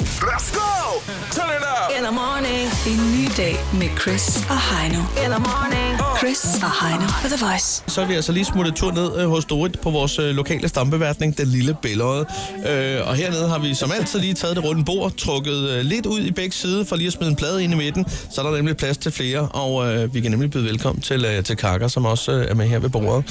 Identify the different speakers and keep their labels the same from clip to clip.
Speaker 1: Let's go! Turn it up!
Speaker 2: Eller morning. En ny dag med Chris og Heino. Eller morning. Chris og Heino på The Voice.
Speaker 3: Så er vi altså lige smuttet tur ned øh, hos Dorit på vores øh, lokale stampeværtning, Den Lille Billede. Øh, og hernede har vi som altid lige taget det runde bord, trukket øh, lidt ud i begge sider for lige at smide en plade ind i midten. Så er der nemlig plads til flere, og øh, vi kan nemlig byde velkommen til, øh, til Kaka, som også øh, er med her ved bordet.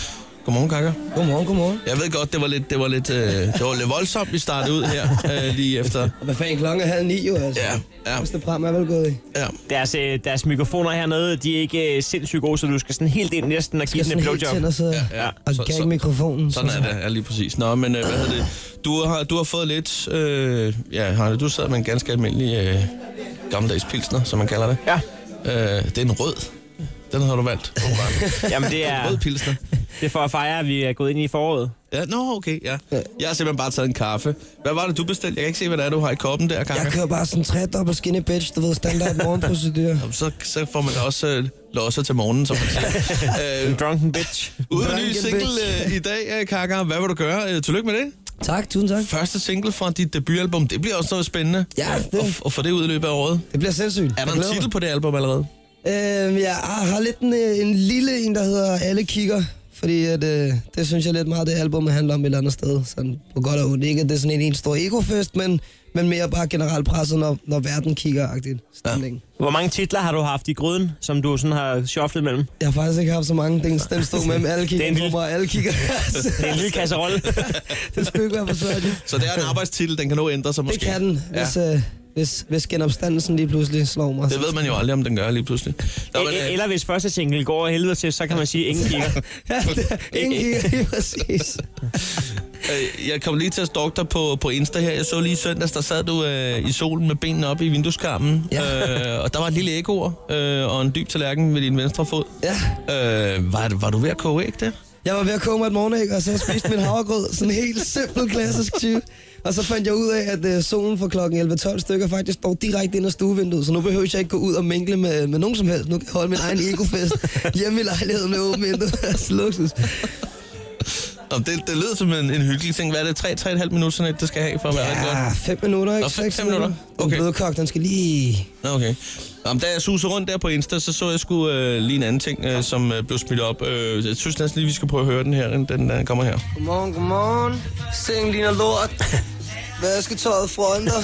Speaker 3: Godmorgen, Kaka.
Speaker 4: Godmorgen, godmorgen.
Speaker 3: Jeg ved godt, det var lidt, det var lidt, øh, det var lidt voldsomt, vi startede ud her øh, lige efter.
Speaker 4: Og hvad fanden klokken er halv ni jo, altså.
Speaker 3: Ja, ja.
Speaker 4: Første pram er vel gået i.
Speaker 3: Ja.
Speaker 5: Deres, øh, deres mikrofoner hernede, de er ikke øh, sindssygt gode, så du skal sådan helt ind næsten og give
Speaker 4: Jeg
Speaker 5: den en
Speaker 4: sådan helt
Speaker 5: blowjob.
Speaker 4: tænder sidder
Speaker 3: ja.
Speaker 4: og
Speaker 3: Så-
Speaker 4: gav
Speaker 3: så-
Speaker 4: mikrofonen.
Speaker 3: Sådan er det, ja, lige præcis. Nå, men øh, hvad hedder det? Du har, du har fået lidt... Øh, ja, Harald, du sad med en ganske almindelig øh, gammeldags pilsner, som man kalder det.
Speaker 5: Ja,
Speaker 3: Øh, det er en rød. Den har du valgt. åbenbart.
Speaker 5: jamen det er,
Speaker 3: rød pilsner.
Speaker 5: det er for at fejre, at vi er gået ind i foråret.
Speaker 3: Ja, nå, okay, ja. Jeg har simpelthen bare taget en kaffe. Hvad var det, du bestilte? Jeg kan ikke se, hvad det er, du har i koppen der,
Speaker 4: Jeg
Speaker 3: Kaka.
Speaker 4: kører bare sådan tre dobbelt skinny bitch, du ved, standard morgenprocedur.
Speaker 3: Så, så får man da også øh, losser til morgenen, som man siger. øh,
Speaker 5: En drunken bitch.
Speaker 3: Uden en ny
Speaker 4: Drunken
Speaker 3: single øh, i dag, øh, Kaka. Hvad vil du gøre? Øh, tillykke med det.
Speaker 4: tak, tusind tak.
Speaker 3: Første single fra dit debutalbum. Det bliver også noget spændende.
Speaker 4: Ja, det-
Speaker 3: Og, og få det ud i løbet af året.
Speaker 4: Det bliver sindssygt.
Speaker 3: Er
Speaker 4: Jeg
Speaker 3: der en
Speaker 4: glæder mig.
Speaker 3: titel på det album allerede?
Speaker 4: Øhm, jeg har lidt en, øh, en lille en, der hedder Alle kigger. Fordi at, øh, det synes jeg lidt meget, det album handler om et eller andet sted. Sådan på godt og ondt. Ikke at det er sådan en, en stor egofest, men, men mere bare generelt presset, når, når verden kigger-agtigt. Stemningen.
Speaker 5: Hvor mange titler har du haft i gryden, som du sådan har shufflet mellem?
Speaker 4: Jeg har faktisk ikke haft så mange. Den, den stod med, med alle
Speaker 5: Det er
Speaker 4: kigger
Speaker 5: en lille-
Speaker 4: på mig, alle kigger.
Speaker 5: Det er en lille kasserolle.
Speaker 4: det skulle ikke være for svært. jo.
Speaker 3: Så det er en arbejdstitel, den kan nå ændre sig
Speaker 4: Det
Speaker 3: måske.
Speaker 4: kan den,
Speaker 3: Ja.
Speaker 4: hvis, øh, hvis, hvis genopstandelsen lige pludselig slår mig.
Speaker 3: Det ved man jo aldrig, om den gør lige pludselig. Nå,
Speaker 5: E-
Speaker 3: men, øh,
Speaker 5: Eller hvis første single går af helvede til, så kan man sige, at ingen kigger.
Speaker 4: Ja, det, ingen kigger lige præcis.
Speaker 3: øh, jeg kom lige til at stalke dig på, på Insta her. Jeg så lige i søndags, der sad du øh, i solen med benene op i vindueskarmen.
Speaker 4: Ja.
Speaker 3: Øh, og der var et lille æggeord øh, og en dyb tallerken ved din venstre fod.
Speaker 4: Ja.
Speaker 3: Øh, var, var du ved at koge æg der?
Speaker 4: Jeg var ved at koge mig et morgenæg, og så spiste min havregrød. Sådan en helt simpel, klassisk type. Og så fandt jeg ud af, at øh, solen fra klokken 11-12 stykker faktisk står direkte ind ad stuevinduet, så nu behøver jeg ikke gå ud og mingle med, med nogen som helst. Nu kan jeg holde min egen egofest hjemme i lejligheden med åbent vindue. Altså, Luksus.
Speaker 3: Nå, det, det lød som en, en hyggelig ting. Hvad er det? 3-3,5 minutter, sådan et, det skal have for at være rigtig godt?
Speaker 4: Ja, fem minutter, ikke?
Speaker 3: Nå, fem-
Speaker 4: Seks
Speaker 3: fem minutter. Okay.
Speaker 4: Den bløde kok, den skal lige...
Speaker 3: Nå, Okay. Jamen, da jeg suser rundt der på Insta, så så jeg sgu øh, lige en anden ting, øh, som øh, blev smidt op. Øh, jeg synes næsten lige, vi skal prøve at høre den her. Den, den øh, kommer her.
Speaker 4: Godmorgen, godmorgen. Sengen ligner lort. Vasketøjet fronter.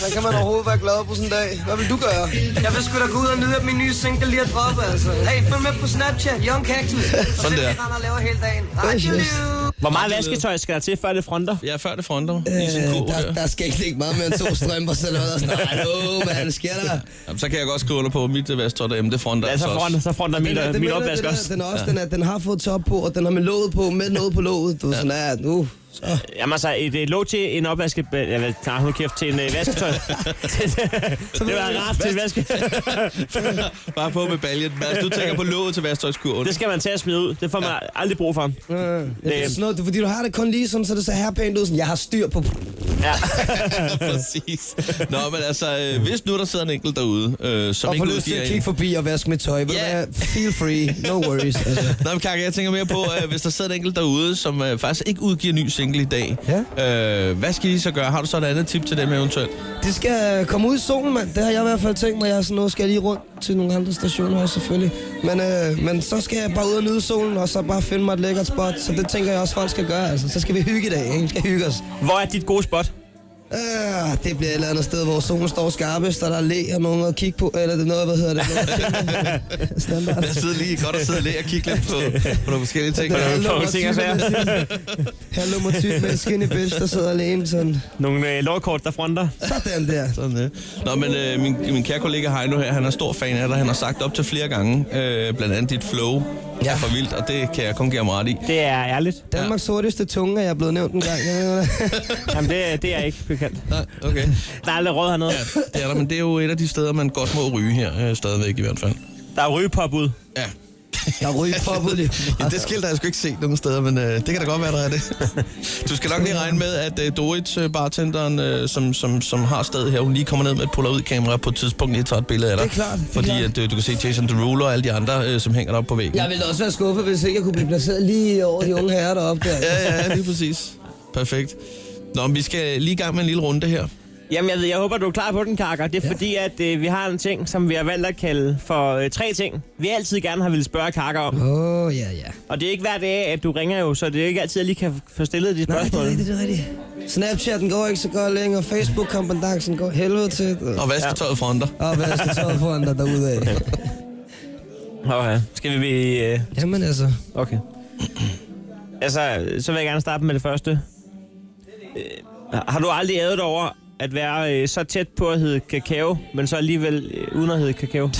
Speaker 4: Hvad kan man overhovedet være glad på sådan en dag? Hvad vil du gøre?
Speaker 6: Jeg vil sgu da gå ud og nyde, at min nye single lige er droppet, altså. Hey, følg med på Snapchat, Young Cactus.
Speaker 3: Sådan der.
Speaker 6: Jeg render og laver hele dagen. Radioliv!
Speaker 5: Hvor meget vasketøj skal der til, før det fronter?
Speaker 3: Jeg er før det fronter. Øh, i sin kurv,
Speaker 4: Øh,
Speaker 3: der,
Speaker 4: der, der skal ikke ligge meget mere end to strømper, så eller hvad? Nej, no, mand, sker der?
Speaker 3: Jamen, så kan jeg godt skrive under på, at mit øh, vasketøj derhjemme, det fronter
Speaker 5: Ja, så
Speaker 3: altså også.
Speaker 5: fronter, så fronter min, øh,
Speaker 4: er-
Speaker 5: min
Speaker 4: mener jeg,
Speaker 5: opvask
Speaker 4: den, er,
Speaker 5: også.
Speaker 4: den, er også den, er, den har fået top på, og den har med låget på, med noget på låget. Du er sådan, ja, nu. Så.
Speaker 5: Jamen altså, et øh, låg til en opvaske... Jeg vil klare nu kæft til en øh, vasketøj. det var rart til en vaske.
Speaker 3: Bare på med baljen. Mads, du tænker på låget til vasketøjskurven.
Speaker 5: Det skal man tage og smide ud. Det får man aldrig brug for. Øh,
Speaker 4: Ja, det
Speaker 3: Øhm.
Speaker 4: er sådan noget, fordi du har det kun lige sådan, så det ser her pænt ud. Sådan, jeg har styr på...
Speaker 5: Ja.
Speaker 3: Præcis. Nå, men altså, øh, hvis nu der sidder en enkelt derude, øh, som
Speaker 4: Og
Speaker 3: ikke
Speaker 4: får lyst til
Speaker 3: udgiver
Speaker 4: at
Speaker 3: en-
Speaker 4: kigge forbi og vaske mit tøj.
Speaker 3: Ja.
Speaker 4: Yeah. Feel free. No worries. Altså.
Speaker 3: Nå, men Kaka, jeg tænker mere på, øh, hvis der sidder en enkelt derude, som øh, faktisk ikke udgiver ny single i dag. Ja. Øh, hvad skal I så gøre? Har du så et andet tip til dem eventuelt?
Speaker 4: Det skal øh, komme ud i solen, mand. Det har jeg i hvert fald tænkt mig. Jeg er sådan noget, skal jeg lige rundt til nogle andre stationer også, selvfølgelig. Men, øh, men så skal jeg bare ud og nyde solen, og så bare finde mig et lækkert spot. Så det tænker jeg også, folk skal gøre. Altså. Så skal vi hygge i dag, ikke? Vi skal hygge os.
Speaker 5: Hvor er dit gode spot?
Speaker 4: Øh, det bliver et eller andet sted, hvor solen står skarpest, og der er læ og nogen at kigge på. Eller det er noget, hvad hedder det? Noget- Standard.
Speaker 3: Jeg sidder lige godt og sidder lidt og kigger lidt på, på nogle forskellige ting.
Speaker 4: Der er
Speaker 5: nogle
Speaker 4: halvlummer
Speaker 5: ting og
Speaker 4: typer
Speaker 5: sager.
Speaker 4: med- Halvlummer type med en skinny bitch, der sidder alene sådan.
Speaker 5: Nogle øh, lårkort, der fronter.
Speaker 4: Sådan der.
Speaker 3: Sådan det. Nå, men øh, min, min kære kollega Heino her, han er stor fan af dig. Han har sagt op til flere gange, øh, blandt andet dit flow ja.
Speaker 4: Ja.
Speaker 3: er for vildt, og det kan jeg kun give ham ret i.
Speaker 5: Det er ærligt.
Speaker 4: Danmarks hurtigste tunge er jeg blevet nævnt en gang. Jeg ved det.
Speaker 5: Jamen, det, det er jeg ikke bekendt.
Speaker 3: Nej, okay.
Speaker 5: Der er lidt råd hernede.
Speaker 3: Det er der, men det er jo et af de steder, man godt må ryge her, øh, stadigvæk i hvert fald.
Speaker 5: Der er rygepåbud.
Speaker 3: Ja.
Speaker 4: Der ryger poppet lige.
Speaker 3: Ja, det skilt har jeg sgu ikke set nogen steder, men øh, det kan da godt være, der er det. Du skal nok lige regne med, at øh, Dorit, øh, bartenderen, øh, som, som, som har stedet her, hun lige kommer ned med et polaroid-kamera på et tidspunkt, lige tager et billede af dig.
Speaker 4: Det er klart, det er
Speaker 3: fordi
Speaker 4: klart.
Speaker 3: At, øh, du kan se Jason Derulo og alle de andre, øh, som hænger deroppe på væggen.
Speaker 4: Jeg ville også være skuffet, hvis ikke jeg kunne blive placeret lige over de unge herrer deroppe der.
Speaker 3: Ja, ja, lige præcis. Perfekt. Nå, men vi skal lige i gang med en lille runde her.
Speaker 5: Jamen, jeg, ved, jeg håber, du er klar på den, Karker. Det er ja. fordi, at øh, vi har en ting, som vi har valgt at kalde for øh, tre ting, vi altid gerne har ville spørge Karker om.
Speaker 4: Åh, oh, ja, ja.
Speaker 5: Og det er ikke hver dag, at du ringer jo, så det er ikke altid, at jeg lige kan få stillet de
Speaker 4: Nej, det
Speaker 5: spørgsmål.
Speaker 4: er rigtigt, det er rigtigt. Snapchatten går ikke så godt længere, Facebook-kompetencen går helvede til.
Speaker 3: Og vasketøjet foran dig.
Speaker 4: Og hvad skal tøjet foran dig derude af?
Speaker 5: Okay. Skal vi... Øh,
Speaker 4: Jamen altså,
Speaker 5: okay. altså, så vil jeg gerne starte med det første. Øh, har du aldrig ædet over at være øh, så tæt på at hedde kakao, men så alligevel øh, uden at hedde kakao?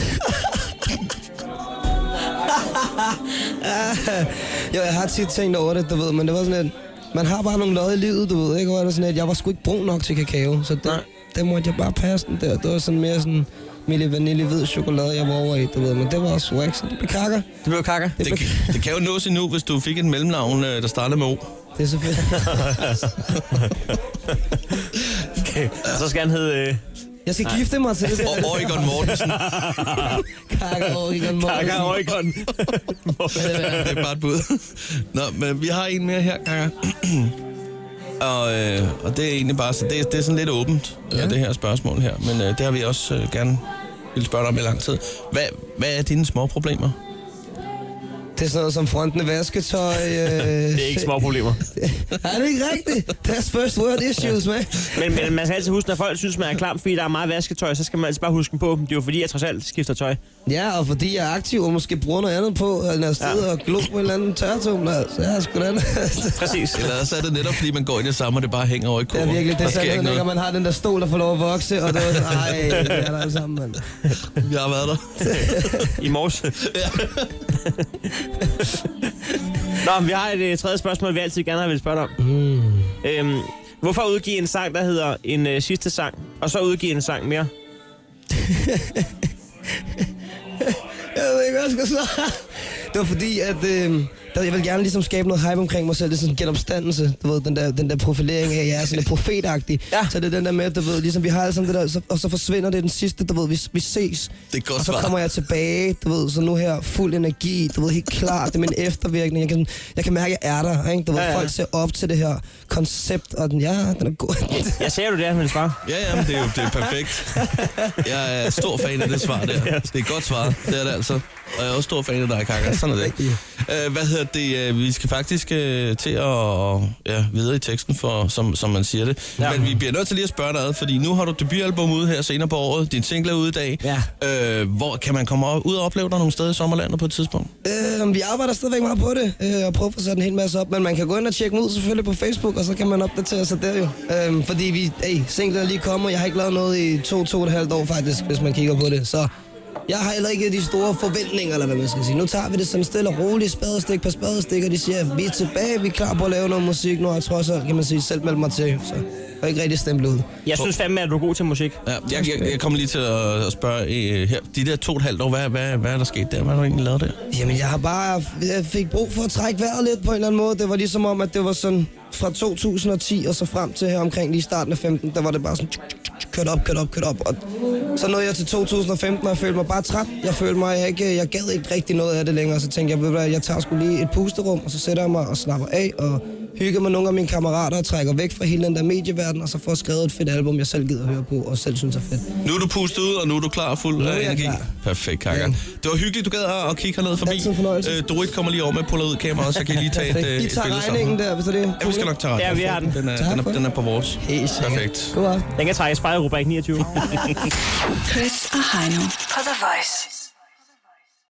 Speaker 4: Jo, jeg har tit tænkt over det, du ved, men det var sådan, at man har bare nogle lod i livet, du ved, ikke? Hvor er det sådan, at jeg var sgu ikke brun nok til kakao, så det, det måtte jeg bare passe den der. Det var sådan mere sådan milde vanilje hvid chokolade, jeg var over i, du ved, men det var også swag, så det blev kakker.
Speaker 5: Det blev kakker.
Speaker 4: Det,
Speaker 3: Det,
Speaker 4: blev,
Speaker 3: det kan jo nås endnu, hvis du fik et mellemnavn, øh, der starter med O.
Speaker 4: det er selvfølgelig...
Speaker 5: Okay. Så skal han hedde... Øh,
Speaker 4: Jeg skal gifte mig til det.
Speaker 3: Og Oregon Mortensen,
Speaker 4: Kakker, Oregon, Morten.
Speaker 5: Kakker Øjkon.
Speaker 3: det er bare et bud. Nå, men vi har en mere her, Kaka. Og, øh, og det er egentlig bare, så det, det er sådan lidt åbent, ja. det her spørgsmål her. Men øh, det har vi også øh, gerne ville spørge dig om i lang tid. Hvad, hvad er dine små problemer?
Speaker 4: Det er sådan noget som frontende vasketøj. Øh,
Speaker 5: Det er ikke små problemer.
Speaker 4: er det ikke rigtigt? That's first world issues, man.
Speaker 5: Men, men man skal altid huske, når folk synes, man er klam, fordi der er meget vasketøj, så skal man altid bare huske dem på. Det er jo fordi, jeg trods alt skifter tøj.
Speaker 4: Ja, og fordi jeg er aktiv og måske bruger noget andet på, end at sidde ja. og glo på en eller anden tørretum, altså. Jeg er sgu da...
Speaker 5: Præcis.
Speaker 3: Eller så er det netop, fordi man går ind i det samme, og det bare hænger over i
Speaker 4: Det
Speaker 3: kurven.
Speaker 4: er virkelig, det
Speaker 3: Der
Speaker 4: er
Speaker 3: sker ikke
Speaker 4: sandheden, ikke? Og
Speaker 3: noget.
Speaker 4: man har den der stol, der får lov at vokse, og det var sådan, ej, vi er der alle sammen, mand.
Speaker 3: Jeg har været der.
Speaker 5: I morges. Nå, vi har et øh, tredje spørgsmål, vi altid gerne har vil spørge dig om. Mm. Øhm, hvorfor udgive en sang, der hedder En øh, sidste sang, og så udgive en sang mere?
Speaker 4: Jeg ved ikke, hvad jeg skal svare. Det var fordi, at øh, der, jeg vil gerne ligesom skabe noget hype omkring mig selv. Det er sådan en genopstandelse, du ved, den der, den der profilering af, at jeg er sådan lidt profetagtig.
Speaker 5: Ja.
Speaker 4: Så det er den der med, du ved, ligesom vi har alle sammen det der, så, og så forsvinder det den sidste, du ved, vi, vi ses.
Speaker 3: Det er et godt
Speaker 4: Og så
Speaker 3: svar.
Speaker 4: kommer jeg tilbage, du ved, så nu her fuld energi, du ved, helt klar, det er min eftervirkning. Jeg kan, jeg kan mærke, at jeg er der, ikke? Du ved,
Speaker 5: Ja,
Speaker 4: ja,
Speaker 5: ja.
Speaker 4: ja. folk ser op til det her koncept, og den, ja, den er god.
Speaker 5: Jeg ser du det, han vil svare.
Speaker 3: Ja, ja, men det er jo det er perfekt. Jeg er stor fan af det svar der. Det er et godt svar, det er det altså. Og jeg er også stor fan af dig, Kaka. Sådan er det. Øh, hvad hedder det? øh, Vi skal faktisk øh, til at ja, videre i teksten, for, som, som man siger det.
Speaker 5: Ja.
Speaker 3: Ja. Men vi bliver nødt til lige at spørge dig ad, fordi nu har du debutalbum ude her senere på året. Din single er ude i dag. Ja. Øh, hvor kan man komme ud og opleve dig nogle steder i sommerlandet på et tidspunkt?
Speaker 4: Øh, vi arbejder stadigvæk meget på det, øh, og prøver at sætte en hel masse op, men man kan gå ind og tjekke dem ud selvfølgelig på Facebook, og så kan man opdatere sig der jo. Øh, fordi vi, hey, singlen er lige kommet, jeg har ikke lavet noget i to, to og et halvt år faktisk, hvis man kigger på det, så jeg har heller ikke de store forventninger, eller hvad man skal sige. Nu tager vi det sådan stille og roligt, spadestik på spadestik, og de siger, vi er tilbage, vi er klar på at lave noget musik nu, og jeg tror så, kan man sige, selv meldt mig til, så jeg har ikke rigtig stemt ud.
Speaker 5: Jeg synes fandme, at du er god til musik.
Speaker 3: Ja, jeg, jeg, jeg kommer lige til at, at spørge øh, her. De der to og et halvt år, hvad, hvad, hvad er der sket der? Hvad har du egentlig lavet der?
Speaker 4: Jamen, jeg har bare jeg fik brug for at trække vejret lidt på en eller anden måde. Det var ligesom om, at det var sådan fra 2010 og så frem til her omkring lige starten af 15, der var det bare sådan tsk, tsk, tsk, kørt op, kørt op, kørt op. Og så nåede jeg til 2015, og jeg følte mig bare træt. Jeg følte mig, jeg, ikke, jeg gad ikke rigtig noget af det længere. Så tænkte jeg, ved du hvad, jeg tager sgu lige et pusterum, og så sætter jeg mig og slapper af og hygger med nogle af mine kammerater og trækker væk fra hele den der medieverden, og så får skrevet et fedt album, jeg selv gider at høre på og selv synes er fedt.
Speaker 3: Nu er du pustet ud, og nu er du klar og fuld
Speaker 4: er
Speaker 3: af
Speaker 4: jeg
Speaker 3: energi.
Speaker 4: klar.
Speaker 3: Perfekt, Kaka.
Speaker 4: Ja.
Speaker 3: Det var hyggeligt, du gad at at kigge herned forbi.
Speaker 4: Altid en fornøjelse.
Speaker 3: Øh, Dorit kommer lige over med polaroid-kamera, så kan I lige tage et, øh, et
Speaker 4: I
Speaker 3: billede
Speaker 4: tager
Speaker 3: sammen.
Speaker 4: regningen der, hvis det er det.
Speaker 3: Ja, vi skal nok tage regningen.
Speaker 5: Ja, vi har den.
Speaker 3: Den er,
Speaker 4: Tak
Speaker 3: den er,
Speaker 4: for det.
Speaker 3: den er på vores.
Speaker 4: Helt sikkert.
Speaker 3: Perfekt.
Speaker 4: God aften.
Speaker 5: Den kan trækkes fra i rubrik 29.
Speaker 2: Chris og Heino på The Voice.